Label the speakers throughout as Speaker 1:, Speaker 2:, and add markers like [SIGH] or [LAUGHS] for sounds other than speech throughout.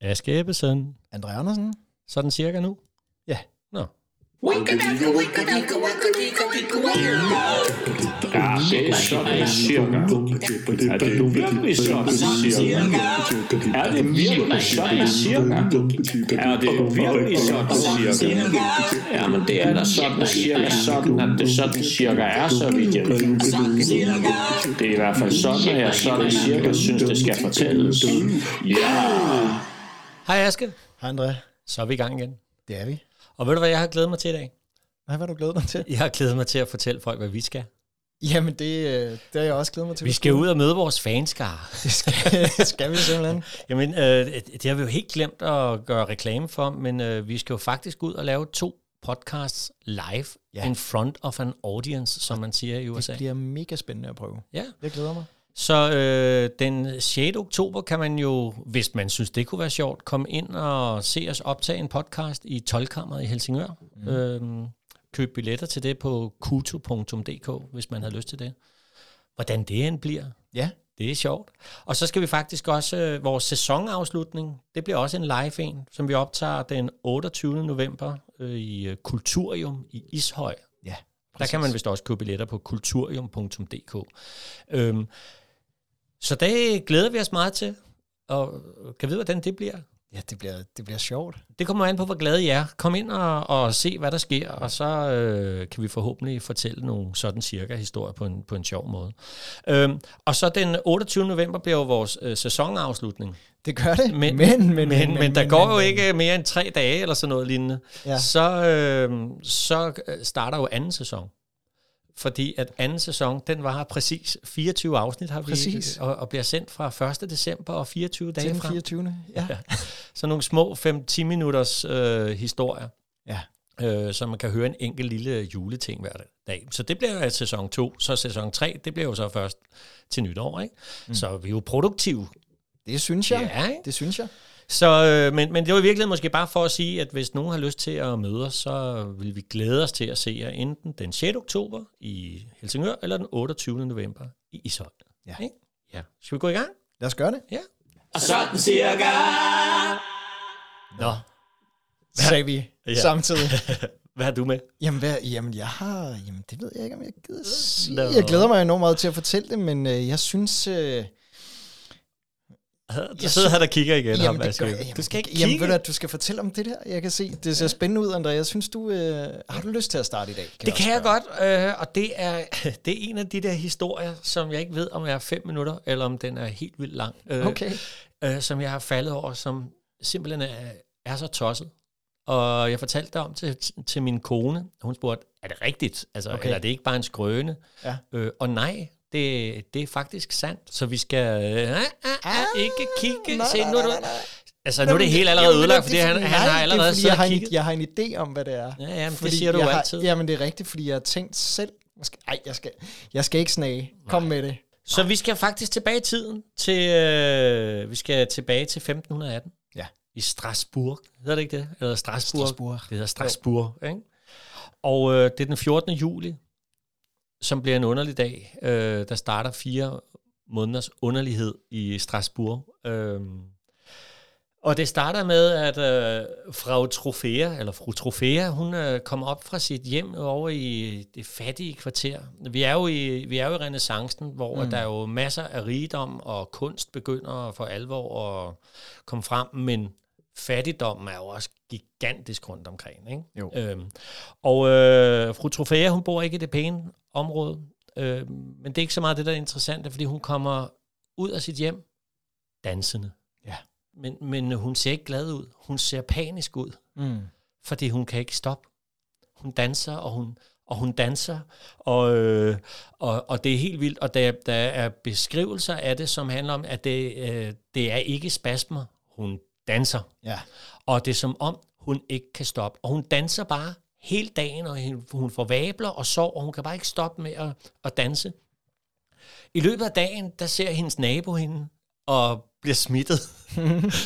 Speaker 1: Aske Ebbesen.
Speaker 2: André Andersen.
Speaker 1: Sådan cirka nu.
Speaker 2: Ja.
Speaker 1: Nå.
Speaker 3: Ja, det er sådan cirka. Er det virkelig sådan cirka? Er det virkelig sådan cirka? Er det virkelig sådan cirka? Jamen, det er da sådan cirka sådan, at det sådan cirka er, så vidt jeg ved. Det er i hvert fald sådan, at jeg sådan cirka synes, det skal fortælles. Ja!
Speaker 1: Hej Aske.
Speaker 2: Hej André.
Speaker 1: Så er vi i gang igen.
Speaker 2: Det er vi.
Speaker 1: Og ved du, hvad jeg har glædet mig til i dag?
Speaker 2: Hej, hvad har du glædet dig til?
Speaker 1: Jeg har glædet mig til at fortælle folk, hvad vi skal.
Speaker 2: [LAUGHS] Jamen, det, øh, det har jeg også glædet mig til.
Speaker 1: Vi skal ud og møde vores fanskare.
Speaker 2: [LAUGHS] Det skal, skal vi simpelthen.
Speaker 1: Jamen, øh, det har vi jo helt glemt at gøre reklame for, men øh, vi skal jo faktisk ud og lave to podcasts live
Speaker 2: Ja.
Speaker 1: ja. in front of an audience, som man siger i USA.
Speaker 2: [LAUGHS] Det bliver mega spændende at prøve.
Speaker 1: Ja.
Speaker 2: Jeg glæder mig.
Speaker 1: Så øh, den 6. oktober kan man jo, hvis man synes, det kunne være sjovt, komme ind og se os optage en podcast i 12-kammeret i Helsingør. Mm. Øhm, køb billetter til det på kutu.dk, hvis man har lyst til det. Hvordan det end bliver,
Speaker 2: Ja,
Speaker 1: det er sjovt. Og så skal vi faktisk også, øh, vores sæsonafslutning, det bliver også en live en, som vi optager den 28. november øh, i øh, Kulturium i Ishøj.
Speaker 2: Ja,
Speaker 1: Der kan man vist også købe billetter på kulturium.dk. Øhm, så det glæder vi os meget til, og kan vide, hvordan det bliver.
Speaker 2: ja det, bliver, det bliver sjovt.
Speaker 1: Det kommer an på, hvor glade I er. Kom ind og, og se, hvad der sker, og så øh, kan vi forhåbentlig fortælle nogle sådan cirka historier på en, på en sjov måde. Øhm, og så den 28. november bliver jo vores øh, sæsonafslutning.
Speaker 2: Det gør det.
Speaker 1: Men-
Speaker 2: men, men,
Speaker 1: Men, men, men der går jo ikke mere end tre dage eller sådan noget lignende.
Speaker 2: Ja.
Speaker 1: Ja. Så, øh, så starter jo anden sæson. Fordi at anden sæson, den var præcis 24 afsnit, har vi, øh,
Speaker 2: Præcis.
Speaker 1: Og, og bliver sendt fra 1. december og 24
Speaker 2: Til
Speaker 1: dage
Speaker 2: den
Speaker 1: frem.
Speaker 2: 24. Ja. ja.
Speaker 1: Så nogle små 5-10 minutters øh, historier,
Speaker 2: ja.
Speaker 1: øh, så man kan høre en enkelt lille juleting hver dag. Så det bliver jo sæson 2. Så sæson 3, det bliver jo så først til nytår, ikke? Mm. Så vi er jo produktive.
Speaker 2: Det synes jeg.
Speaker 1: Ja, ikke?
Speaker 2: Det synes jeg.
Speaker 1: Så, øh, men, men det var i virkeligheden måske bare for at sige, at hvis nogen har lyst til at møde os, så vil vi glæde os til at se jer enten den 6. oktober i Helsingør, eller den 28. november i Ishøj.
Speaker 2: Ja.
Speaker 1: Ikke? ja. Skal vi gå i gang?
Speaker 2: Lad os gøre det.
Speaker 1: Ja.
Speaker 3: Sådan cirka!
Speaker 1: Nå,
Speaker 2: Sagde vi ja.
Speaker 1: Ja.
Speaker 2: [LAUGHS] samtidig.
Speaker 1: hvad har du med?
Speaker 2: Jamen, hvad, jamen, jeg har... Jamen, det ved jeg ikke, om jeg gider sige.
Speaker 1: Nå.
Speaker 2: Jeg glæder mig enormt meget til at fortælle det, men øh, jeg synes... Øh,
Speaker 1: Du sidder her, der kigger igen.
Speaker 2: Jamen,
Speaker 1: ham,
Speaker 2: det
Speaker 1: Aske.
Speaker 2: gør, jamen,
Speaker 1: du skal ikke
Speaker 2: jamen,
Speaker 1: kigge.
Speaker 2: Ved du, at du skal fortælle om det der. Jeg kan se, det ser spændende ud, André. Jeg synes, du øh, har du lyst til at starte i dag.
Speaker 1: det kan
Speaker 2: også
Speaker 1: jeg
Speaker 2: spørge.
Speaker 1: godt, øh, og det er, [LAUGHS] det er en af de der historier, som jeg ikke ved, om jeg er fem minutter, eller om den er helt vildt lang. Øh,
Speaker 2: Okay.
Speaker 1: øh, som jeg har faldet over, som simpelthen er, er så tosset. Og jeg fortalte det om til, til min kone. Hun spurgte, er det rigtigt? Altså,
Speaker 2: Okay.
Speaker 1: okay. Eller er det ikke bare en skrøne?
Speaker 2: Ja.
Speaker 1: Øh, og nej, det, det er faktisk sandt. Så vi skal øh, ah, ah, ah, ikke kigge.
Speaker 2: nej,
Speaker 1: Se,
Speaker 2: nej,
Speaker 1: nu, er
Speaker 2: nej,
Speaker 1: du-
Speaker 2: nej, nej.
Speaker 1: Altså, nu er det helt allerede
Speaker 2: Jamen,
Speaker 1: ødelagt,
Speaker 2: det-
Speaker 1: fordi han,
Speaker 2: nej,
Speaker 1: han har
Speaker 2: det
Speaker 1: allerede
Speaker 2: er, fordi
Speaker 1: siddet
Speaker 2: jeg, har
Speaker 1: og
Speaker 2: en,
Speaker 1: kigget.
Speaker 2: jeg har en idé om, hvad det er.
Speaker 1: Ja, ja, men det
Speaker 2: Fordi
Speaker 1: siger du jo
Speaker 2: jeg
Speaker 1: altid.
Speaker 2: Har, jamen, det er rigtigt, fordi jeg har tænkt selv. Jeg skal, ej, jeg skal, jeg skal ikke snage. Kom med det.
Speaker 1: Så vi skal faktisk tilbage i tiden. Til, øh, vi skal tilbage til 1518.
Speaker 2: Ja.
Speaker 1: I Strasbourg. Hedder det ikke det? Eller Strasbourg.
Speaker 2: Strasbourg.
Speaker 1: Det hedder Strasbourg. Ikke? Og øh, det er den 14. juli, som bliver en underlig dag. Øh, der starter fire måneders underlighed i Strasbourg. Øh, og det starter med, at øh, Frau Trofea, eller fru Trofea, hun øh, kommer op fra sit hjem over i det fattige kvarter. Vi er jo i, vi er jo i renaissancen, hvor mm. der er jo masser af rigdom, og kunst begynder for alvor at komme frem, men fattigdommen er jo også gigantisk rundt omkring. Ikke?
Speaker 2: Jo.
Speaker 1: Øhm, og øh, fru Trofea, hun bor ikke i det pæne område, øh, men det er ikke så meget det, der er interessant, fordi hun kommer ud af sit hjem dansende.
Speaker 2: Ja.
Speaker 1: Men, men hun ser ikke glad ud. Hun ser panisk ud,
Speaker 2: Mm.
Speaker 1: fordi hun kan ikke stoppe. Hun danser, og hun, og hun danser, og, øh, og, og det er helt vildt. Og der, der er beskrivelser af det, som handler om, at det, øh, det er ikke spasmer. Hun danser.
Speaker 2: Ja.
Speaker 1: Og det er som om, hun ikke kan stoppe. Og hun danser bare hele dagen, og hun- hun får vabler og sover, og hun kan bare ikke stoppe med at, at danse. I løbet af dagen, der ser hendes nabo hende, og bliver
Speaker 2: [LAUGHS]
Speaker 1: smittet.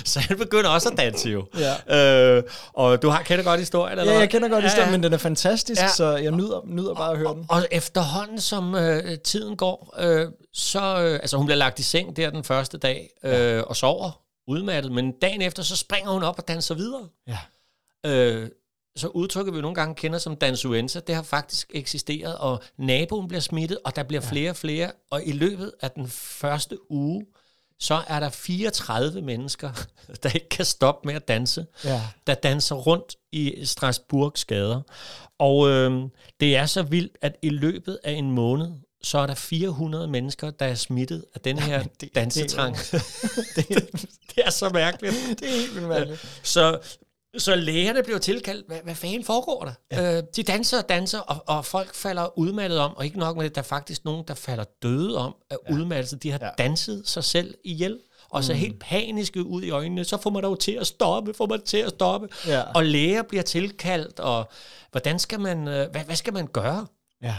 Speaker 1: så han begynder også at danse jo.
Speaker 2: Ja.
Speaker 1: Øh, og du har kender godt historien, eller
Speaker 2: ja,
Speaker 1: hvad?
Speaker 2: jeg kender godt
Speaker 1: Ja,
Speaker 2: historien,
Speaker 1: ja.
Speaker 2: men den er fantastisk,
Speaker 1: Ja.
Speaker 2: så jeg nyder, nyder bare at høre den.
Speaker 1: Og efterhånden, som øh, tiden går, øh, så... Øh, altså, hun bliver lagt i seng der den første dag øh, og sover udmattet, men dagen efter, så springer hun op og danser videre.
Speaker 2: Ja.
Speaker 1: Øh, så udtrykket, vi nogle gange kender som dansuenza, det har faktisk eksisteret, og naboen bliver smittet, og der bliver ja. flere og flere, og i løbet af den første uge, så er der 34 mennesker, [LAUGHS] der ikke kan stoppe med at danse,
Speaker 2: Ja.
Speaker 1: der danser rundt i Strasbourgs gader. Og øh, det er så vildt, at i løbet af en måned, så er der 400 mennesker, der er smittet af den her
Speaker 2: det er
Speaker 1: det,
Speaker 2: [LAUGHS]
Speaker 1: dansetrang. Det, det, det er så mærkeligt.
Speaker 2: Det er helt vildt mærkeligt.
Speaker 1: Så, så lægerne blev tilkaldt, hvad, hvad fanden foregår der? Ja. Øh, de danser og danser, og, og folk falder udmattet om, og ikke nok med det, der er faktisk nogen, der falder døde om af ja. udmattelse. De har ja. Mm. danset sig selv ihjel, og så helt paniske ud i øjnene, så får man dog til at stoppe, får man til at stoppe,
Speaker 2: Ja.
Speaker 1: og læger bliver tilkaldt, og hvordan skal man, øh, hvad, hvad skal man gøre?
Speaker 2: Ja.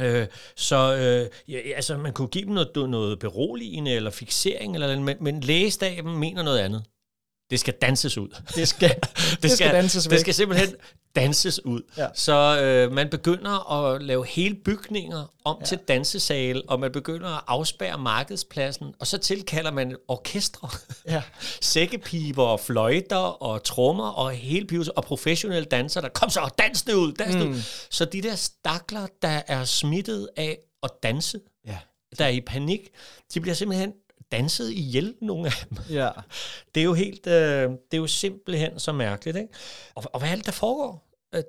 Speaker 1: Øh, så øh, ja, altså, man kunne give dem noget, noget beroligende eller fixering, eller, men, men lægestaben mener noget andet. Det skal danses ud.
Speaker 2: Det skal, det skal danses væk.
Speaker 1: Det skal simpelthen danses ud.
Speaker 2: Ja.
Speaker 1: Så øh, man begynder at lave hele bygninger om ja. til dansesal, og man begynder at afspærre markedspladsen, og så tilkalder man orkestre, [LAUGHS]
Speaker 2: Ja.
Speaker 1: sækkepiber og fløjter og trommer og hele pivs, og professionelle dansere, der kom så og dans det ud, dans det
Speaker 2: Mm.
Speaker 1: ud. Så de der stakler, der er smittet af at danse,
Speaker 2: Ja.
Speaker 1: der er i panik, de bliver simpelthen danset ihjel, nogle af dem.
Speaker 2: Ja.
Speaker 1: Det er jo helt, øh, det er jo simpelthen så mærkeligt, ikke? Og, og hvad er det, der foregår? Øh,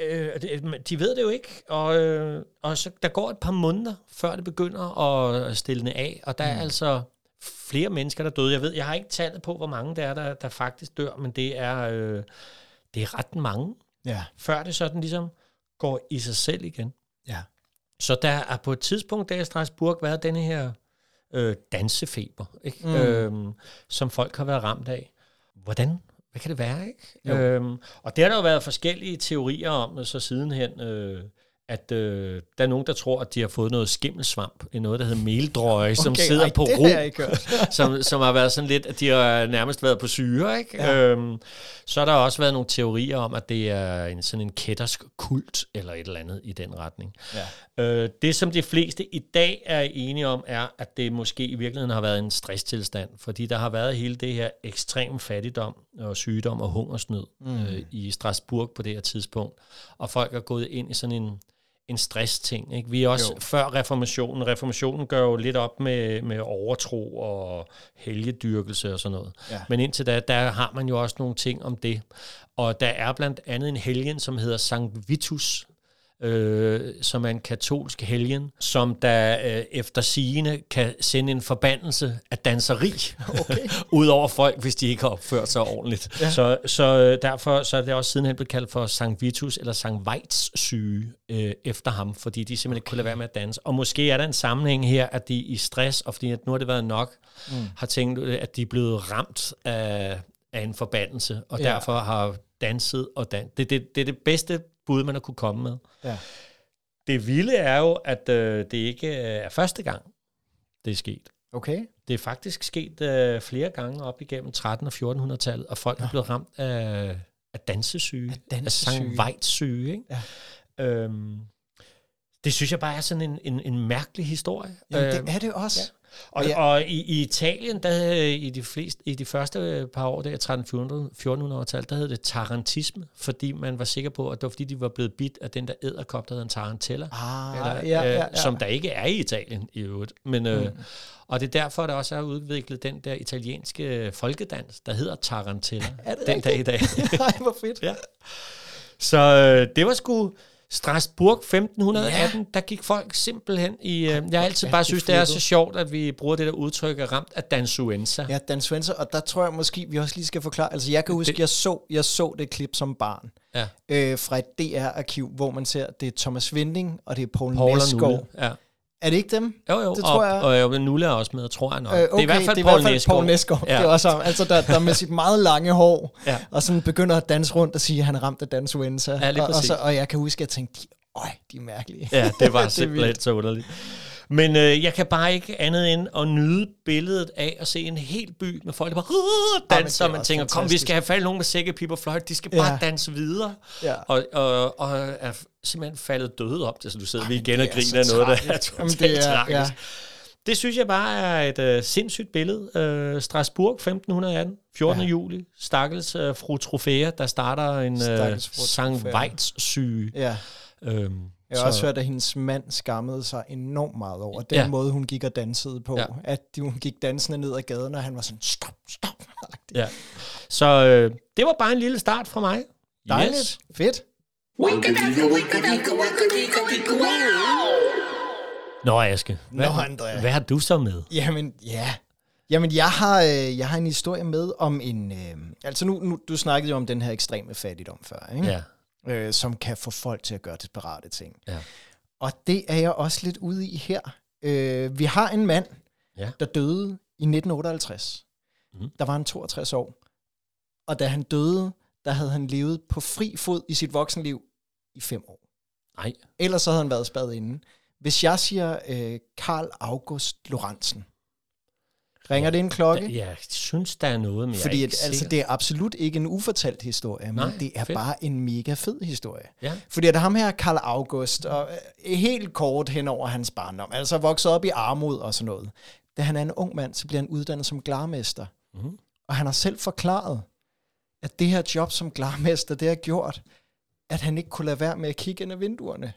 Speaker 1: øh, øh, det- De ved det jo ikke, og, øh, og så, der går et par måneder, før det begynder at stille af, og der er altså flere mennesker, der er døde. Jeg ved, jeg har ikke tallet på, hvor mange der er, der, der faktisk dør, men det er, øh, det er ret mange,
Speaker 2: Ja.
Speaker 1: før det sådan ligesom går i sig selv igen.
Speaker 2: Ja.
Speaker 1: Så der er på et tidspunkt der i Strasbourg været denne her øh, dansefeber, ikke? Mm. Øhm, som folk har været ramt af. Hvordan? Hvad kan det være, ikke? Øhm, og det har der jo været forskellige teorier om, så sidenhen, øh, at øh, der er nogen, der tror, at de har fået noget skimmelsvamp, i noget, der hedder meldrøje, okay, som
Speaker 2: Okay,
Speaker 1: sidder
Speaker 2: ej,
Speaker 1: på
Speaker 2: det
Speaker 1: ro,
Speaker 2: har jeg ikke hørt.
Speaker 1: som, som har været sådan lidt, at de har nærmest været på syre, ikke? Ja. Øhm, så har der også været nogle teorier om, at det er en, sådan en kættersk kult, eller et eller andet i den retning.
Speaker 2: Ja.
Speaker 1: Øh, det, som de fleste i dag er enige om, er, at det måske i virkeligheden har været en stresstilstand, fordi der har været hele det her ekstrem fattigdom og sygdom og hungersnød mm. øh, i Strasbourg på det her tidspunkt. Og folk er gået ind i sådan en en stressting. Ikke? Vi er også jo. før reformationen. Reformationen gør jo lidt op med, med overtro og helgedyrkelse og sådan noget.
Speaker 2: Ja.
Speaker 1: Men indtil da, der har man jo også nogle ting om det. Og der er blandt andet en helgen, som hedder Sankt Vitus, øh, som er en katolsk helgen, som der øh, efter sigende kan sende en forbandelse af danseri [LAUGHS] okay. ud over folk, hvis de ikke har opført sig ordentligt. Ja. Så, så øh, derfor så er det også sidenhen blevet kaldt for Sankt Vitus eller Sankt Veits syge øh, efter ham, fordi de simpelthen ikke kunne lade være med at danse. Og måske er der en sammenhæng her, at de i stress, og fordi at nu har det været nok, mm. har tænkt, øh, at de er blevet ramt af, af en forbandelse, og
Speaker 2: Ja.
Speaker 1: ja. derfor har danset og dans. Det, det, det er det bedste bud, man har kunne komme med.
Speaker 2: Ja.
Speaker 1: Det vilde er jo, at øh, det ikke øh, er første gang, det er sket.
Speaker 2: Okay.
Speaker 1: Det er faktisk sket øh, flere gange op igennem 13- og 1400-tallet, og folk er blevet ramt af, af dansesyge, af
Speaker 2: dansesyge.
Speaker 1: Sankt Vejts syge. Ikke? Ja. Øhm, det synes jeg bare er sådan en, en, en mærkelig historie.
Speaker 2: Jamen,
Speaker 1: Øhm,
Speaker 2: det er det også. Ja.
Speaker 1: og,
Speaker 2: Ja.
Speaker 1: ja. og i, i Italien, der havde i de, fleste, i de første øh, par år, der 1300-1400-tallet, der hed det tarantisme, fordi man var sikker på, at det var fordi, de var blevet bidt af den der æderkop, der hedder en tarantella.
Speaker 2: Ah,
Speaker 1: eller,
Speaker 2: ja, ja, ja. Mm.
Speaker 1: Øh, [LAUGHS] som der ikke er i Italien i øvrigt. Men, øh, Og det er derfor, der også er udviklet den der italienske øh, folkedans, der hedder tarantella,
Speaker 2: [LAUGHS] Er det
Speaker 1: den dag i dag.
Speaker 2: [LAUGHS] Ej, hvor fedt.
Speaker 1: ja. Så øh, det var sgu Strasbourg 1518, ja. der gik folk simpelthen i... Øh, jeg har altid
Speaker 2: er
Speaker 1: bare
Speaker 2: det
Speaker 1: synes, det er
Speaker 2: flippet.
Speaker 1: så sjovt, at vi bruger det der udtryk, er ramt af dansuenza.
Speaker 2: Ja, Dan Svensson, og der tror jeg måske, vi også lige skal forklare, altså jeg kan huske, jeg så, jeg så det klip som barn
Speaker 1: Ja.
Speaker 2: øh, fra et DR-arkiv, hvor man ser, det er Thomas Vinding, og det er Poul
Speaker 1: Paul og
Speaker 2: Næsgaard.
Speaker 1: Nulle. Ja.
Speaker 2: Er det ikke dem?
Speaker 1: Jo, jo,
Speaker 2: Det
Speaker 1: og,
Speaker 2: tror jeg.
Speaker 1: og, og Nulle er også med, tror jeg nok.
Speaker 2: Øh,
Speaker 1: det er i hvert fald
Speaker 2: det er
Speaker 1: Paul
Speaker 2: i hvert fald
Speaker 1: Nesgaard.
Speaker 2: Poul Næsgaard. Ja.
Speaker 1: Ja.
Speaker 2: Det er også ham, altså der, der med sit meget lange hår,
Speaker 1: Ja.
Speaker 2: og sådan begynder at danse rundt og sige, at han er ramt af dansuenza.
Speaker 1: Ja, lige
Speaker 2: og, og,
Speaker 1: præcis.
Speaker 2: så, og jeg kan huske, at jeg tænkte, de, øj, de er mærkelige.
Speaker 1: [LAUGHS] Ja, det var
Speaker 2: Det er
Speaker 1: simpelthen
Speaker 2: vildt.
Speaker 1: så underligt. Men øh, jeg kan bare ikke andet end at nyde billedet af at se en hel by med folk, der bare
Speaker 2: Jamen, det
Speaker 1: danser,
Speaker 2: er
Speaker 1: og man
Speaker 2: også
Speaker 1: tænker, kom, vi
Speaker 2: fantastisk."
Speaker 1: skal have fat i nogen med sækkepiber og fløjt, de skal
Speaker 2: Ja.
Speaker 1: bare danse videre.
Speaker 2: Ja.
Speaker 1: Og, og, og er simpelthen faldet døde op, så du sidder vi igen og
Speaker 2: det er
Speaker 1: griner af
Speaker 2: så
Speaker 1: noget, der [LAUGHS]
Speaker 2: tragisk.
Speaker 1: er
Speaker 2: Jamen,
Speaker 1: totalt
Speaker 2: det er-
Speaker 1: tragisk.
Speaker 2: ja.
Speaker 1: Ja. Det synes jeg bare er et øh, sindssygt billede. Øh, Strasbourg 1518, 14. Ja. juli. Stakkels øh, fru Trofæa, der starter en øh,
Speaker 2: Stakkels fru
Speaker 1: Sankt
Speaker 2: Trofæa.
Speaker 1: Weitz syge.
Speaker 2: Ja.
Speaker 1: Øhm,
Speaker 2: Jeg har også hørt, at hendes mand skammede sig enormt meget over den
Speaker 1: Ja.
Speaker 2: ja. måde, hun gik og dansede på.
Speaker 1: Ja.
Speaker 2: Ja. At de- hun gik dansende ned ad gaden, og han var sådan, stop, stop.
Speaker 1: ja. Så øh, det var bare en lille start fra mig.
Speaker 2: Dejligt.
Speaker 1: Yes.
Speaker 2: Fedt.
Speaker 1: Nå, Aske. Hvad,
Speaker 2: Nå, Andrea.
Speaker 1: hvad har du så med?
Speaker 2: Jamen, ja. Jamen, jeg har, øh, jeg har en historie med om en... Øh, altså, nu, nu, du snakkede jo om den her ekstreme fattigdom før, ikke?
Speaker 1: Ja.
Speaker 2: Øh, som kan få folk til at gøre desperate ting.
Speaker 1: Ja.
Speaker 2: Og det er jeg også lidt ude i her. Øh, vi har en mand,
Speaker 1: Ja.
Speaker 2: der døde i 1958.
Speaker 1: Mhm.
Speaker 2: Mm. Der var han 62 år. Og da han døde, der havde han levet på fri fod i sit voksenliv i fem år.
Speaker 1: Nej.
Speaker 2: Ellers så havde han været spadet inden. Hvis jeg siger øh, Karl August Lorentzen, ringer ja, det en klokke?
Speaker 1: Okay. Jeg synes, der er noget, men jeg
Speaker 2: Fordi
Speaker 1: er
Speaker 2: at,
Speaker 1: ikke
Speaker 2: altså,
Speaker 1: sikker.
Speaker 2: det er absolut ikke en ufortalt historie, men
Speaker 1: Nej,
Speaker 2: Nej, det er
Speaker 1: fedt.
Speaker 2: fedt. bare en mega fed historie.
Speaker 1: Ja.
Speaker 2: Fordi at ham her, Karl August, og øh, helt kort hen over hans barndom, altså vokset op i armod og sådan noget. Da han er en ung mand, så bliver han uddannet som glarmester.
Speaker 1: Mhm.
Speaker 2: Mm-hmm. Og han har selv forklaret, at det her job som glarmester, det har gjort, at han ikke kunne lade være med at kigge ind ad vinduerne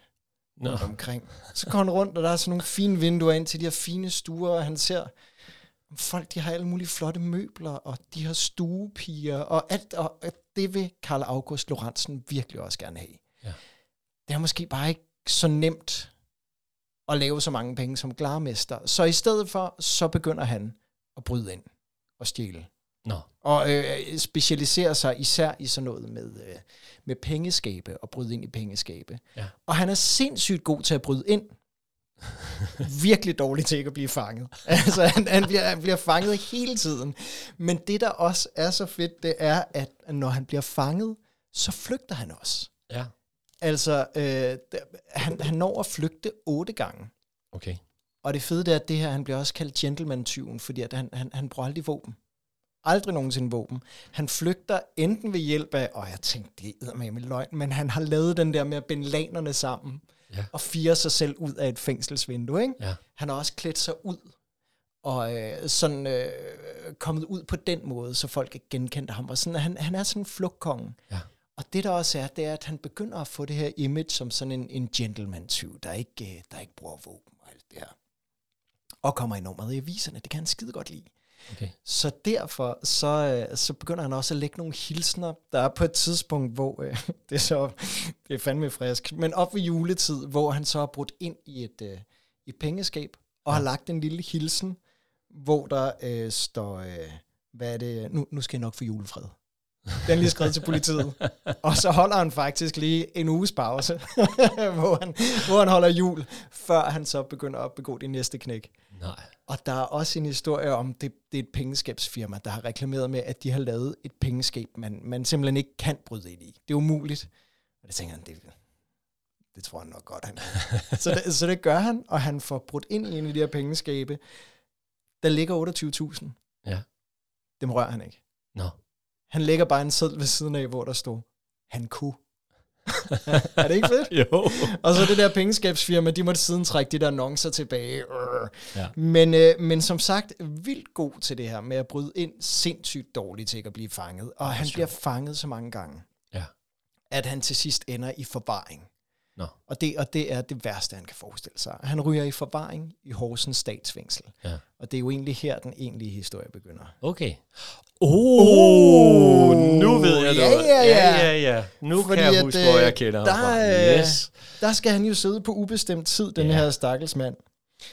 Speaker 1: Nå.
Speaker 2: rundt omkring. Så går han rundt, og der er sådan nogle fine vinduer ind til de her fine stuer, og han ser, folk de har alle mulige flotte møbler, og de har stuepiger, og alt, og og det vil Karl August Lorentzen virkelig også gerne have.
Speaker 1: Ja.
Speaker 2: Det er måske bare ikke så nemt at lave så mange penge som glarmester. Så i stedet for, så begynder han at bryde ind og stjæle.
Speaker 1: Nå.
Speaker 2: Og øh, specialiserer sig især i sådan noget med, øh, med pengeskabe og bryde ind i pengeskabe.
Speaker 1: Ja.
Speaker 2: Og han er sindssygt god til at bryde ind. Virkelig dårlig til ikke at blive fanget. Altså, han, han, bliver, han bliver fanget hele tiden. Men det, der også er så fedt, det er, at når han bliver fanget, så flygter han også.
Speaker 1: Ja.
Speaker 2: Altså, øh, d- han, han når at flygte otte gange.
Speaker 1: Okay.
Speaker 2: Og det fede det er, at det her, han bliver også kaldt gentleman-tyven, fordi at han, han, han bruger aldrig våben. Aldrig nogensinde våben. Han flygter enten ved hjælp af, og jeg tænkte, det er med med løgn, men han har lavet den der med at binde lanerne sammen
Speaker 1: Ja.
Speaker 2: og fire sig selv ud af et fængselsvindue. Ikke?
Speaker 1: Ja.
Speaker 2: Han har også klædt sig ud og øh, sådan øh, kommet ud på den måde, så folk ikke genkendte ham. Og sådan, han, han er sådan en flugtkonge.
Speaker 1: Ja.
Speaker 2: Og det der også er, det er, at han begynder at få det her image som sådan en, en gentleman-tyv, der ikke, øh, der ikke bruger våben og alt det her. Og kommer i nummeret i aviserne, det kan han skide godt lide.
Speaker 1: Okay.
Speaker 2: Så derfor, så, øh, så begynder han også at lægge nogle hilsner. Der er på et tidspunkt, hvor øh, [LAUGHS] det er så, det er fandme frisk, men op ved juletid, hvor han så har brudt ind i et, øh, i et pengeskab, og ja. har lagt en lille hilsen, hvor der øh, står, øh, hvad er det, nu, nu skal jeg nok få julefred. Den er lige skrevet til politiet. Og så holder han faktisk lige en uges pause, [LAUGHS] hvor, han, hvor han holder jul, før han så begynder at begå det næste knæk.
Speaker 1: Nej.
Speaker 2: Og der er også en historie om, det, det er et pengeskabsfirma, der har reklameret med, at de har lavet et pengeskab, man, man simpelthen ikke kan bryde ind i. Det er umuligt. Og det tænker han, det, det tror han nok godt, han er. så, det, så det gør han, og han får brudt ind i en af de her pengeskabe. Der ligger 28.000.
Speaker 1: Ja.
Speaker 2: Dem rører han ikke.
Speaker 1: Nå.
Speaker 2: Han lægger bare en seddel ved siden af, hvor der stod, han kunne. er det ikke fedt?
Speaker 1: [LAUGHS] Jo.
Speaker 2: Og så det der pengeskabsfirma, de måtte siden trække de der annoncer tilbage.
Speaker 1: Ja.
Speaker 2: Ja. Men, øh, men som sagt, vildt god til det her med at bryde ind, sindssygt dårlig til ikke at blive fanget. Og han bliver fanget så mange gange,
Speaker 1: Ja.
Speaker 2: at han til sidst ender i forvaring.
Speaker 1: Nå.
Speaker 2: Og det, og det er det værste, han kan forestille sig. Han ryger i forvaring i Horsens statsfængsel.
Speaker 1: Ja.
Speaker 2: Og det er jo egentlig her, den egentlige historie begynder.
Speaker 1: Okay. Oh, nu ved jeg
Speaker 2: ja,
Speaker 1: noget.
Speaker 2: ja, ja.
Speaker 1: ja, ja. Nu
Speaker 2: Fordi
Speaker 1: kan jeg
Speaker 2: at,
Speaker 1: huske,
Speaker 2: øh,
Speaker 1: hvor jeg kender ham
Speaker 2: der
Speaker 1: fra.
Speaker 2: er-
Speaker 1: Yes.
Speaker 2: Der skal han jo sidde på ubestemt tid, den
Speaker 1: Ja.
Speaker 2: ja. her stakkels mand.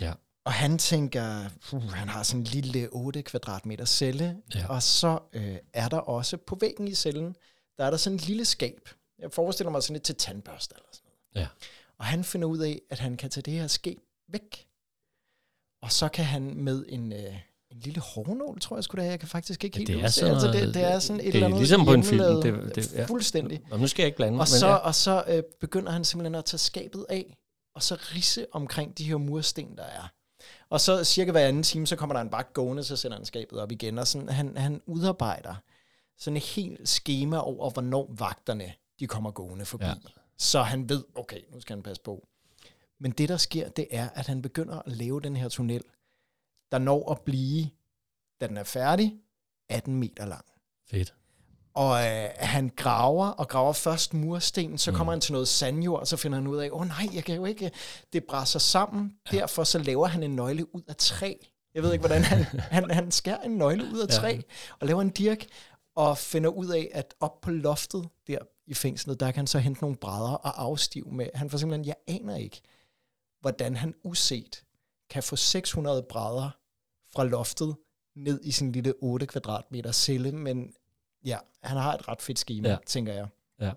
Speaker 1: Ja.
Speaker 2: Og han tænker, uh, han har sådan en lille 8 kvadratmeter celle,
Speaker 1: Ja.
Speaker 2: ja. og så øh, er der også på væggen i cellen, der er der sådan et lille skab. Jeg forestiller mig sådan lidt til tandbørste eller sådan noget.
Speaker 1: Ja.
Speaker 2: Og han finder ud af, at han kan tage det her skab væk. Og så kan han med en, øh, en lille hårnål, tror jeg skulle det er. Jeg kan faktisk ikke
Speaker 1: Ja,
Speaker 2: helt
Speaker 1: det er
Speaker 2: huske
Speaker 1: sådan
Speaker 2: altså,
Speaker 1: noget-
Speaker 2: det, det er sådan et
Speaker 1: det er
Speaker 2: eller andet
Speaker 1: ligesom på en film. Det-
Speaker 2: hjemmelavet-
Speaker 1: det- ja.
Speaker 2: Fuldstændig.
Speaker 1: Nå, nu skal jeg ikke blande.
Speaker 2: Og
Speaker 1: men
Speaker 2: så,
Speaker 1: ja.
Speaker 2: og så øh, begynder han simpelthen at tage skabet af, og så risse omkring de her mursten, der er. Og så cirka hver anden time, så kommer der en vagt gående, så sender han skabet op igen, og sådan, han, han udarbejder sådan et helt schema over, hvornår vagterne de kommer gående forbi.
Speaker 1: Ja.
Speaker 2: Ja. Så han ved, okay, nu skal han passe på. Men det, der sker, det er, at han begynder at lave den her tunnel, der når at blive, da den er færdig, 18 meter lang.
Speaker 1: Fedt.
Speaker 2: Og øh, han graver, og graver først mursten, så kommer han til noget sandjord, og så finder han ud af, åh oh, nej, jeg kan jo ikke, det brænder sammen. Ja. Derfor så laver han en nøgle ud af træ. Jeg ved ikke, hvordan han, han, han skærer en nøgle ud af
Speaker 1: Ja.
Speaker 2: træ, og laver en dirk, og finder ud af, at op på loftet der i fængslet, der kan han så hente nogle brædder og afstive med. Han får simpelthen, jeg aner ikke, hvordan han uset kan få 600 brædder fra loftet ned i sin lille 8 kvadratmeter celle, men ja, han har et ret fedt schema, ja.
Speaker 1: Ja.
Speaker 2: tænker jeg.
Speaker 1: Ja.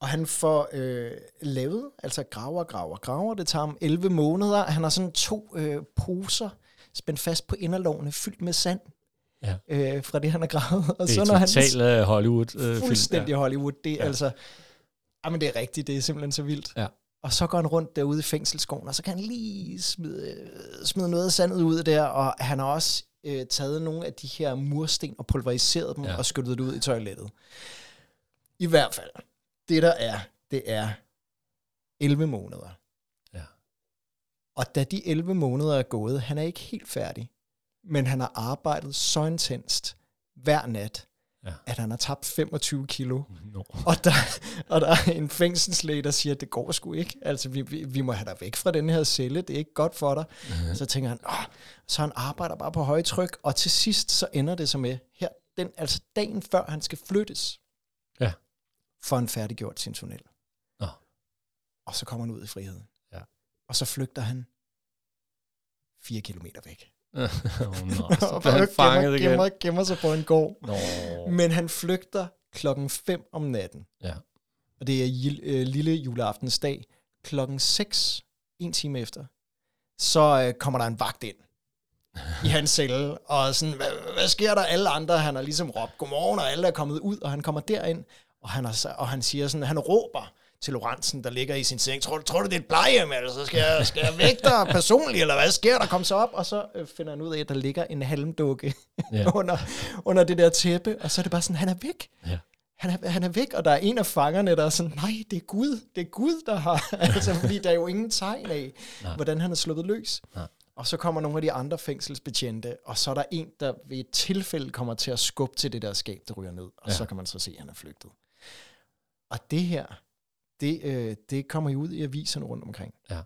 Speaker 2: Og han får øh, lavet, altså graver, graver, graver. Det tager ham 11 måneder. Han har sådan to øh, poser spændt fast på inderlovene, fyldt med sand
Speaker 1: Ja.
Speaker 2: øh, fra det, han har gravet. Og
Speaker 1: Det er
Speaker 2: så når han
Speaker 1: total øh, Hollywood-film.
Speaker 2: fuldstændig Hollywood. Det er ja.
Speaker 1: Ja.
Speaker 2: altså... Jamen, det er rigtigt. Det er simpelthen så vildt.
Speaker 1: Ja.
Speaker 2: Og så går han rundt derude i fængselsgården, og så kan han lige smide, øh, smide noget af sandet ud der, og han har også øh, taget nogle af de her mursten og pulveriseret dem ja.
Speaker 1: Ja.
Speaker 2: og skyllet det ud i toilettet. I hvert fald, det der er, det er 11 måneder.
Speaker 1: Ja.
Speaker 2: Og da de 11 måneder er gået, han er ikke helt færdig, men han har arbejdet så intenst hver nat,
Speaker 1: Ja.
Speaker 2: at han har tabt 25 kilo.
Speaker 1: No.
Speaker 2: Og der, og der er en fængselslæge, der siger, at det går sgu ikke. Altså, vi, vi, vi må have dig væk fra den her celle. Det er ikke godt for dig.
Speaker 1: Mhm.
Speaker 2: Så tænker han, Åh. så han arbejder bare på højtryk. Og til sidst, så ender det så med, her, den, altså dagen før han skal flyttes,
Speaker 1: Ja.
Speaker 2: får han færdiggjort sin tunnel.
Speaker 1: Nå.
Speaker 2: Og så kommer han ud i friheden.
Speaker 1: Ja.
Speaker 2: Og så flygter han fire kilometer væk. [LAUGHS]
Speaker 1: oh, no. Så
Speaker 2: og
Speaker 1: blev han fanget
Speaker 2: gemmer,
Speaker 1: igen.
Speaker 2: gemmer, gemmer sig på en gård.
Speaker 1: Nå.
Speaker 2: Men han flygter klokken 5 om natten.
Speaker 1: Ja.
Speaker 2: Og det er jil- øh, lille juleaftensdag. Klokken 6, en time efter, så øh, kommer der en vagt ind i hans celle, og sådan, hvad, hvad sker der? Alle andre, han har ligesom råbt, godmorgen, og alle er kommet ud, og han kommer derind, og han, har, sa- og han siger sådan, han råber til Lorentzen, der ligger i sin seng, tror, du- tror du, det er et plejehjem, eller så skal jeg, skal jeg vække dig personligt, eller hvad sker der? Kom så op, og så øh, finder han ud af, at der ligger en halmdukke
Speaker 1: Ja.
Speaker 2: [LAUGHS] under, under det der tæppe, og så er det bare sådan, han er væk.
Speaker 1: Ja.
Speaker 2: Han er, han er væk, og der er en af fangerne, der er sådan, nej, det er Gud, det er Gud, der har, [LAUGHS] altså, fordi der er jo ingen tegn af, nej. hvordan han er sluppet løs.
Speaker 1: Nej.
Speaker 2: Og så kommer nogle af de andre fængselsbetjente, og så er der en, der ved et tilfælde kommer til at skubbe til det der skab, der ryger ned, og ja.
Speaker 1: Ja.
Speaker 2: så kan man så se, at han er flygtet. Og det her, det, øh, det kommer jo ud i aviserne rundt omkring.
Speaker 1: Ja.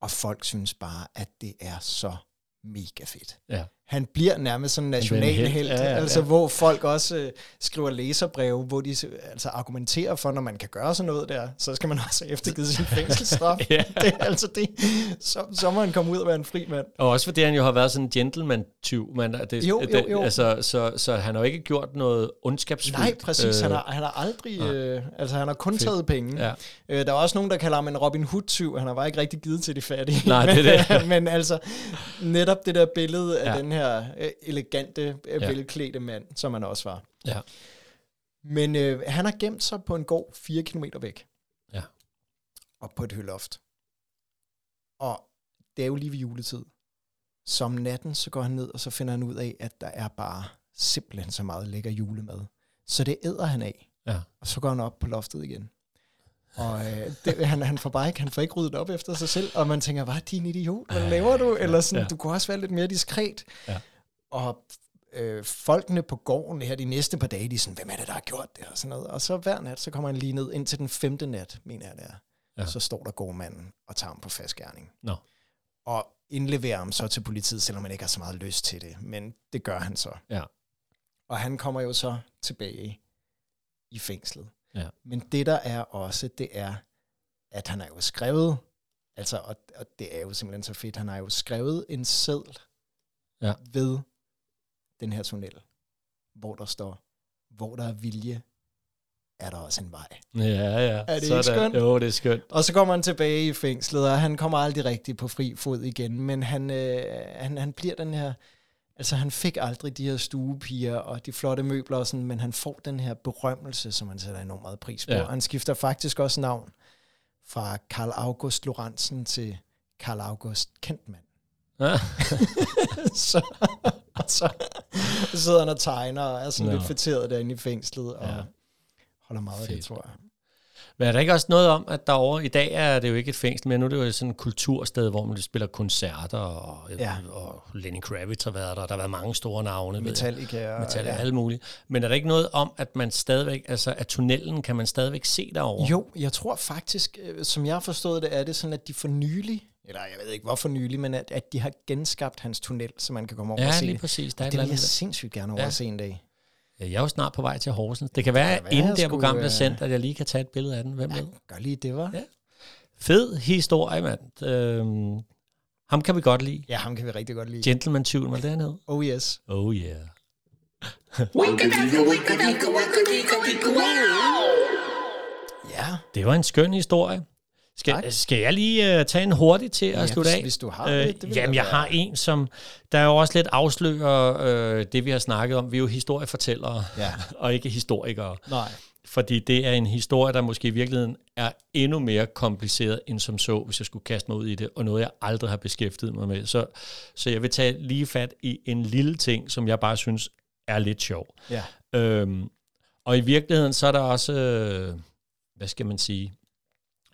Speaker 2: Og folk synes bare, at det er så mega fedt.
Speaker 1: Ja.
Speaker 2: Han bliver nærmest sådan en
Speaker 1: bliver en
Speaker 2: national held,
Speaker 1: helt.
Speaker 2: ja,
Speaker 1: Ja,
Speaker 2: ja,
Speaker 1: ja,
Speaker 2: altså
Speaker 1: ja.
Speaker 2: hvor folk også øh, skriver læserbreve, hvor de øh, altså argumenterer for, når man kan gøre sådan noget der, så skal man også have eftergivet sin fængselsstraf.
Speaker 1: Ja.
Speaker 2: Det er altså det. Så, så må han komme ud og være en fri mand.
Speaker 1: Og også fordi han jo har været sådan en gentleman-tyv. Men det,
Speaker 2: Jo, jo,
Speaker 1: det-
Speaker 2: jo.
Speaker 1: Altså, så, så han har jo ikke gjort noget ondskabsfuldt.
Speaker 2: Nej, præcis. Han
Speaker 1: Øh,
Speaker 2: har, han har aldrig... Øh, altså, han har kun Fedt.
Speaker 1: Fedt.
Speaker 2: taget penge.
Speaker 1: Ja.
Speaker 2: Øh, der er også nogen, der kalder ham en Robin Hood-tyv. Han har bare ikke rigtig givet til de fattige.
Speaker 1: Nej, det er
Speaker 2: det. [LAUGHS] Men altså, netop det der billede af ja.
Speaker 1: Ja.
Speaker 2: den her øh, elegante, øh,
Speaker 1: Ja.
Speaker 2: velklædte mand, som han også var.
Speaker 1: Ja.
Speaker 2: Men øh, han har gemt sig på en gård fire kilometer væk.
Speaker 1: Ja.
Speaker 2: Og på et høloft. Og det er jo lige ved juletid. Så om natten, så går han ned, og så finder han ud af, at der er bare simpelthen så meget lækker julemad. Så det æder han af.
Speaker 1: Ja.
Speaker 2: Og så går han op på loftet igen. Og øh, det, han, han, får bare ikke, han får ikke ryddet op efter sig selv, og man tænker, hvad din idiot, hvad laver du? Eller sådan, ja.
Speaker 1: ja.
Speaker 2: du kunne også være lidt mere diskret.
Speaker 1: Ja.
Speaker 2: Og øh, folkene på gården her de næste par dage, de er sådan, hvem er det, der har gjort det? Og, sådan noget. og så hver nat, så kommer han lige ned indtil den femte nat, mener jeg det er. Ja.
Speaker 1: Ja.
Speaker 2: Så står der gårdmanden og tager ham på fast gerning.
Speaker 1: Nå.
Speaker 2: Og indleverer ham så til politiet, selvom han ikke har så meget lyst til det. Men det gør han så.
Speaker 1: Ja.
Speaker 2: Og han kommer jo så tilbage i fængslet.
Speaker 1: Ja.
Speaker 2: Men det der er også, det er, at han er jo skrevet, altså, og, og det er jo simpelthen så fedt, han har jo skrevet en seddel
Speaker 1: Ja.
Speaker 2: ved den her tunnel, hvor der står, hvor der er vilje, er der også en vej.
Speaker 1: Ja, ja.
Speaker 2: det ikke skønt?
Speaker 1: Jo, det er skønt.
Speaker 2: Og så kommer han tilbage i fængslet, og han kommer aldrig rigtig på fri fod igen, men han, øh, han, han bliver den her, altså han fik aldrig de her stuepiger og de flotte møbler og sådan, men han får den her berømmelse, som han sætter enormt meget pris på. Ja.
Speaker 1: Ja.
Speaker 2: Og han skifter faktisk også navn fra Karl August Lorentzen til Karl August
Speaker 1: [LAUGHS]
Speaker 2: Kentmann.
Speaker 1: Ah,
Speaker 2: [LAUGHS] så, og så sidder han og tegner og er sådan
Speaker 1: Nå.
Speaker 2: lidt fætteret derinde i fængslet og ja.
Speaker 1: Ja.
Speaker 2: holder meget af det,
Speaker 1: Fedt.
Speaker 2: tror jeg.
Speaker 1: Men er der ikke også noget om, at derovre i dag er det jo ikke et fængsel, men nu er det jo sådan et kultursted, hvor man spiller koncerter, og, ja.
Speaker 2: Ja.
Speaker 1: og Lenny Kravitz har været der, og der har været mange store navne. ved jeg.
Speaker 2: Metallica og-
Speaker 1: Metallica, ja.
Speaker 2: ja.
Speaker 1: alle mulige. Men er der ikke noget om, at man stadigvæk, altså at tunnelen kan man stadigvæk se derovre?
Speaker 2: Jo, jeg tror faktisk, øh, som jeg har forstået det, er det sådan, at de for nylig, eller jeg ved ikke hvorfor nylig, men at, at de har genskabt hans tunnel, så man kan komme over og
Speaker 1: Ja,
Speaker 2: se
Speaker 1: lige
Speaker 2: det.
Speaker 1: præcis. Der er et
Speaker 2: Det
Speaker 1: eller
Speaker 2: vil jeg
Speaker 1: andet.
Speaker 2: sindssygt gerne over
Speaker 1: Ja.
Speaker 2: ja. at se en dag.
Speaker 1: Ja, Jeg er jo snart på vej til Horsens. Det kan være,
Speaker 2: kan
Speaker 1: at
Speaker 2: være,
Speaker 1: inden
Speaker 2: jeg
Speaker 1: det her
Speaker 2: skulle,
Speaker 1: program bliver
Speaker 2: øh,
Speaker 1: sendt, at jeg lige kan tage et billede af den. Hvem ved?
Speaker 2: Gør lige det, var.
Speaker 1: Ja. Fed historie, mand. Øhm, ham kan vi godt lide.
Speaker 2: Ja, ham kan vi rigtig godt lide.
Speaker 1: Gentleman-tyven, var det han hed?
Speaker 2: Oh yes.
Speaker 1: Oh yeah.
Speaker 2: Ja.
Speaker 1: Det var en skøn historie. Skal,
Speaker 2: Tak.
Speaker 1: skal jeg lige uh, tage en hurtig til at
Speaker 2: Ja,
Speaker 1: slutte
Speaker 2: hvis-
Speaker 1: af? Øh,
Speaker 2: hvis du har det, det vil
Speaker 1: jamen,
Speaker 2: jeg
Speaker 1: jeg har en, som der jo også lidt afslører øh, det, vi har snakket om. Vi er jo historiefortællere,
Speaker 2: Ja.
Speaker 1: og ikke historikere.
Speaker 2: Nej.
Speaker 1: Fordi det er en historie, der måske i virkeligheden er endnu mere kompliceret end som så, hvis jeg skulle kaste mig ud i det, og noget, jeg aldrig har beskæftiget mig med. Så, så jeg vil tage lige fat i en lille ting, som jeg bare synes er lidt sjov.
Speaker 2: Ja.
Speaker 1: Øhm, og i virkeligheden, så er der også, øh, hvad skal man sige,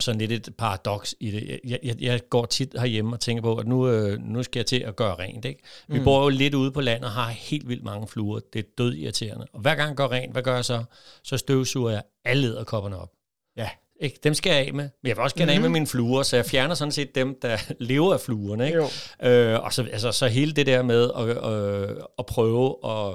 Speaker 1: sådan lidt et paradoks i det. Jeg, jeg, jeg går tit herhjemme og tænker på, at nu, øh, nu skal jeg til at gøre rent. Ikke? Vi mm. bor jo lidt ude på landet og har helt vildt mange fluer. Det er død irriterende. Og hver gang jeg går rent, hvad gør jeg så? Så støvsuger jeg alle æderkopperne op.
Speaker 2: Ja.
Speaker 1: Ikke? Dem skal jeg af med. Men jeg vil også gerne mm. af med mine fluer, så jeg fjerner sådan set dem, der [LAUGHS] lever af fluerne. Ikke? Øh, og så, altså, så hele det der med at, øh, at prøve at,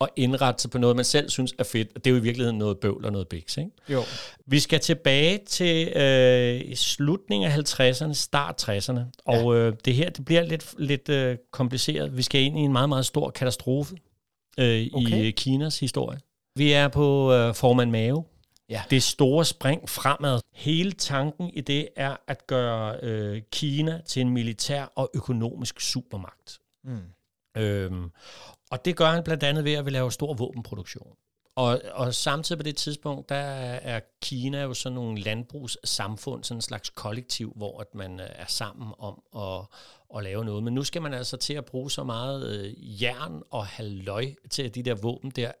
Speaker 1: at indrette sig på noget, man selv synes er fedt, og det er jo i virkeligheden noget bøvl og noget biks, ikke?
Speaker 2: Jo.
Speaker 1: Vi skal tilbage til øh, slutningen af 50'erne, start 60'erne, og øh, det her det bliver lidt, lidt øh, kompliceret. Vi skal ind i en meget, meget stor katastrofe øh, okay.
Speaker 2: Okay.
Speaker 1: i øh, Kinas historie. Vi er på øh, formand Mao.
Speaker 2: Ja.
Speaker 1: Det store spring fremad. Hele tanken i det er at gøre øh, Kina til en militær og økonomisk supermagt.
Speaker 2: Mm.
Speaker 1: Øhm, og det gør han blandt andet ved at vil lave stor våbenproduktion. Og, og samtidig på det tidspunkt, der er Kina jo sådan nogle landbrugssamfund, sådan en slags kollektiv, hvor at man øh, er sammen om at, at lave noget. Men nu skal man altså til at bruge så meget øh, jern og halløj til de der våben der,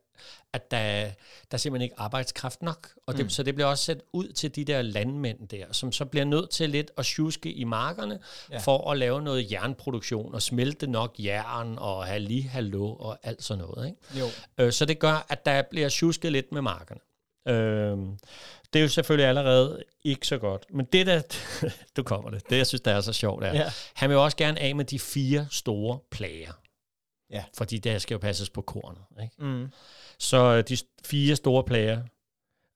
Speaker 1: at der, er- der er simpelthen ikke arbejdskraft nok. Og det, mm. Så det bliver også sendt ud til de der landmænd der, som så bliver nødt til lidt at sjuske i markerne ja. for at lave noget jernproduktion og smelte nok jern og have lige hallo og alt sådan noget. Ikke?
Speaker 2: Jo.
Speaker 1: Øh, Så det gør, at der bliver sjusket lidt med markerne. Øhm, det er jo selvfølgelig allerede ikke så godt. Men det der, [LAUGHS] du kommer det, det jeg synes, der er så sjovt, er, ja.
Speaker 2: Ja.
Speaker 1: han vil jo også gerne af med de fire store plager.
Speaker 2: Ja.
Speaker 1: Fordi der skal jo passes på kornet. Ikke?
Speaker 2: Mm.
Speaker 1: Så øh, de fire store plager,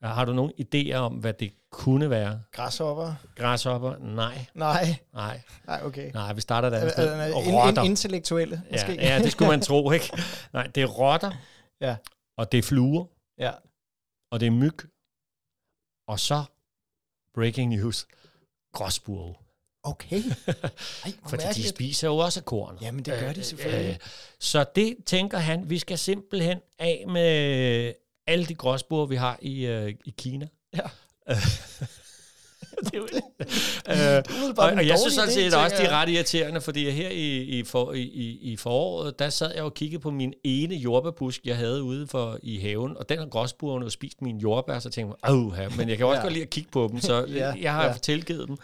Speaker 1: øh, har du nogen idéer om, hvad det kunne være?
Speaker 2: Græshopper?
Speaker 1: Græshopper? Nej,
Speaker 2: Nej.
Speaker 1: nej,
Speaker 2: Nej, okay. Øh,
Speaker 1: nej, vi starter der.
Speaker 2: Er- er- er- in- in- Intellektuelle, måske.
Speaker 1: Ja, ja, det skulle man tro, ikke? Nej, det er rotter,
Speaker 2: Ja.
Speaker 1: og det er fluer,
Speaker 2: ja.
Speaker 1: og det er myg, og så, breaking news, gråsburge.
Speaker 2: [LAUGHS] Okay. Ej, hvor
Speaker 1: Fordi de Øh,
Speaker 2: mærkeligt.
Speaker 1: spiser jo også korn.
Speaker 2: Jamen, det gør de selvfølgelig.
Speaker 1: Så det tænker han, vi skal simpelthen af med alle de gråsburger, vi har i, øh, i Kina.
Speaker 2: Ja.
Speaker 1: Øh, [LAUGHS] det er
Speaker 2: [LAUGHS]
Speaker 1: jo, øh,
Speaker 2: umiddelbart
Speaker 1: og,
Speaker 2: en
Speaker 1: og jeg
Speaker 2: dårlig
Speaker 1: synes sådan
Speaker 2: idé,
Speaker 1: set også, det
Speaker 2: tænker
Speaker 1: er ret irriterende, fordi her i, i, for, i- i, i foråret, der sad jeg og kiggede på min ene jordbærbusk, jeg havde ude for, i haven, og den har gråsburgerne jo spist mine jordbær, så tænkte jeg, "Åh, ja, men jeg kan også ja.
Speaker 2: Ja.
Speaker 1: godt lide at kigge på dem, så ja,
Speaker 2: Ja,
Speaker 1: jeg har ja.
Speaker 2: ja.
Speaker 1: tilgivet dem.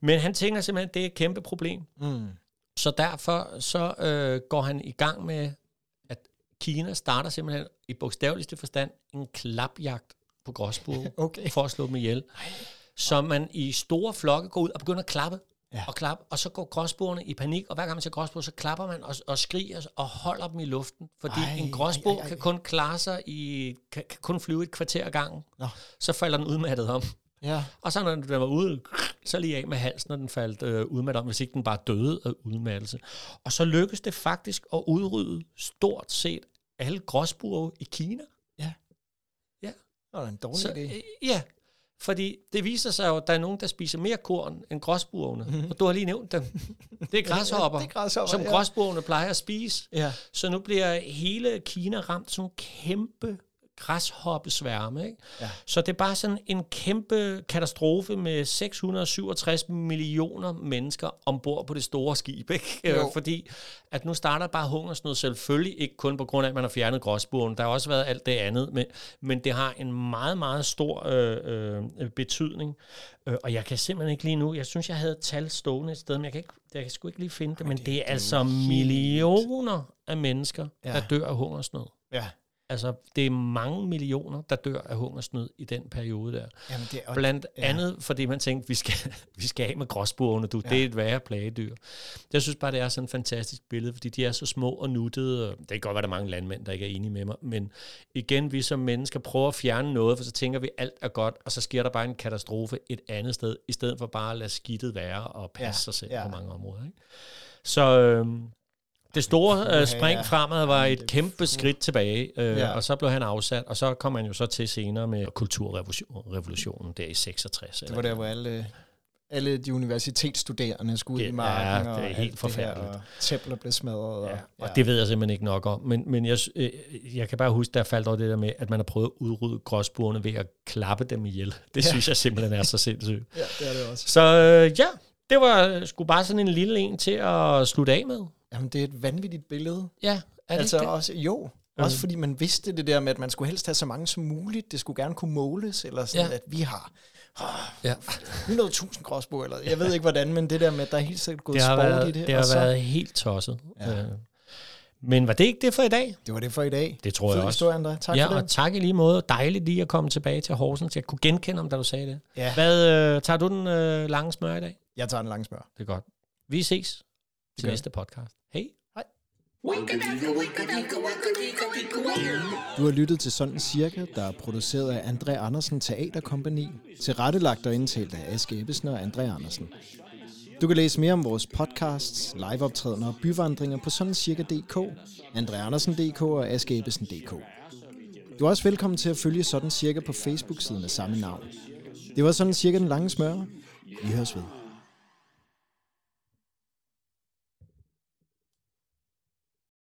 Speaker 1: Men han tænker simpelthen, at det er et kæmpe problem.
Speaker 2: Mm.
Speaker 1: Så derfor så øh, går han i gang med, at Kina starter simpelthen i bogstaveligste forstand en klapjagt på gråsbue
Speaker 2: [LAUGHS] Okay.
Speaker 1: for at slå dem ihjel. Så man i store flokke går ud og begynder at klappe ja.
Speaker 2: Ja.
Speaker 1: og klappe, og så går gråsbuerne i panik, og hver gang man ser gråsbuer, så klapper man og, og skriger og holder dem i luften, fordi ej,
Speaker 2: Ej,
Speaker 1: en
Speaker 2: ej,
Speaker 1: gråsbue
Speaker 2: ej, ej.
Speaker 1: kan kun klare sig i, kan, kan kun flyve et kvarter ad gangen.
Speaker 2: Nå.
Speaker 1: Så falder den udmattet om.
Speaker 2: Ja.
Speaker 1: Og så når den var ude, så lige af med halsen, når den faldt øh, udmattet om, hvis ikke den bare døde af udmattelse. Og så lykkedes det faktisk at udrydde stort set alle gråsburge i Kina.
Speaker 2: Det var da en dårlig
Speaker 1: Så,
Speaker 2: idé.
Speaker 1: øh, ja, fordi det viser sig jo, at der er nogen, der spiser mere korn end gråsburgerne. Mm-hmm. Og du har lige nævnt dem. Det er græshopper,
Speaker 2: Ja, det er græshopper,
Speaker 1: som
Speaker 2: ja.
Speaker 1: gråsburgerne plejer at spise.
Speaker 2: Ja.
Speaker 1: Så nu bliver hele Kina ramt som kæmpe græshoppesværme. Ikke? Ja. Så det er bare sådan en kæmpe katastrofe med 667 millioner mennesker ombord på det store skib. Ikke? Øh,
Speaker 2: Jo.
Speaker 1: Fordi at nu starter bare hungersnød selvfølgelig ikke kun på grund af, at man har fjernet gråsburen. Der har også været alt det andet, men, men det har en meget, meget stor øh, øh, betydning. Øh, og jeg kan simpelthen ikke lige nu, jeg synes, jeg havde et tal stående et sted, men jeg kan, ikke, jeg kan sgu ikke lige finde det, men det, det er altså millioner af mennesker,
Speaker 2: Ja.
Speaker 1: ja. der dør af hungersnød.
Speaker 2: Ja.
Speaker 1: Altså, det er mange millioner, der dør af hungersnød i den periode der.
Speaker 2: Jamen, det, og,
Speaker 1: Blandt
Speaker 2: ja.
Speaker 1: ja. andet, fordi man tænkte, vi skal, [LAUGHS] vi skal af med gråsbuerne, du. Ja. Det er et værre plagedyr. Jeg synes bare, det er sådan et fantastisk billede, fordi de er så små og nuttede. og Det kan godt være, der er mange landmænd, der ikke er enige med mig. Men igen, vi som mennesker prøver at fjerne noget, for så tænker vi, alt er godt, og så sker der bare en katastrofe et andet sted, i stedet for bare at lade skidtet være og passe
Speaker 2: Ja,
Speaker 1: ja. sig selv
Speaker 2: ja.
Speaker 1: ja. på mange områder. Ikke? Så... Øhm, det store øh, spring fremad var et kæmpe skridt tilbage, øh,
Speaker 2: Ja.
Speaker 1: ja. og så blev han afsat, og så kom han jo så til senere med kulturrevolutionen der i 66.
Speaker 2: det var der, hvor alle, alle de universitetsstuderende skulle ud i
Speaker 1: Ja,
Speaker 2: marken, og
Speaker 1: det er
Speaker 2: alt
Speaker 1: helt forfærdeligt.
Speaker 2: og tæpler blev smadret. Og,
Speaker 1: Ja, og det ved jeg simpelthen ikke nok om, men, men jeg, s- øh, jeg kan bare huske, der faldt over det der med, at man har prøvet at udrydde gråsbuerne ved at klappe dem ihjel. Det
Speaker 2: Ja.
Speaker 1: ja. synes jeg simpelthen er så sindssygt.
Speaker 2: ja, det er det også.
Speaker 1: Så øh, ja, det var øh, sgu bare sådan en lille en til at slutte af med.
Speaker 2: Jamen, det er et vanvittigt billede.
Speaker 1: Ja, er det
Speaker 2: altså
Speaker 1: ikke det? Mm.
Speaker 2: også, jo, også fordi man vidste det der med, at man skulle helst have så mange som muligt. Det skulle gerne kunne måles, eller sådan, ja.
Speaker 1: Ja.
Speaker 2: at vi har
Speaker 1: Ja.
Speaker 2: 100.000 gråsbo, eller jeg ved ikke hvordan, men det der med, at der er helt sikkert gået
Speaker 1: Det har,
Speaker 2: sport
Speaker 1: været,
Speaker 2: i det.
Speaker 1: det, det har
Speaker 2: og så,
Speaker 1: været helt tosset. Ja. Men var det ikke det for i dag?
Speaker 2: det var det for i dag.
Speaker 1: Det tror
Speaker 2: Fed
Speaker 1: jeg også.
Speaker 2: historie, André. Tak
Speaker 1: ja,
Speaker 2: for det.
Speaker 1: og tak i lige måde. Dejligt lige at komme tilbage til Horsens. Jeg kunne genkende, om da du sagde det.
Speaker 2: Ja.
Speaker 1: Hvad, øh, tager du den øh, lange smør i dag?
Speaker 2: Jeg tager en lang smør.
Speaker 1: Det er godt. Vi ses til
Speaker 2: gør
Speaker 1: næste podcast. Hej.
Speaker 2: Du har lyttet til Sådan Cirka, der er produceret af André Andersen Teaterkompagni, tilrettelagt og indtalt af Aske Ebbesen og André Andersen. Du kan læse mere om vores podcasts, liveoptrædener og byvandringer på sådancirka.dk, andreandersen.dk og askeebbesen.dk. Du er også velkommen til at følge Sådan Cirka på Facebook-siden af samme navn. Det var Sådan Cirka den lange smør. Vi høres ved.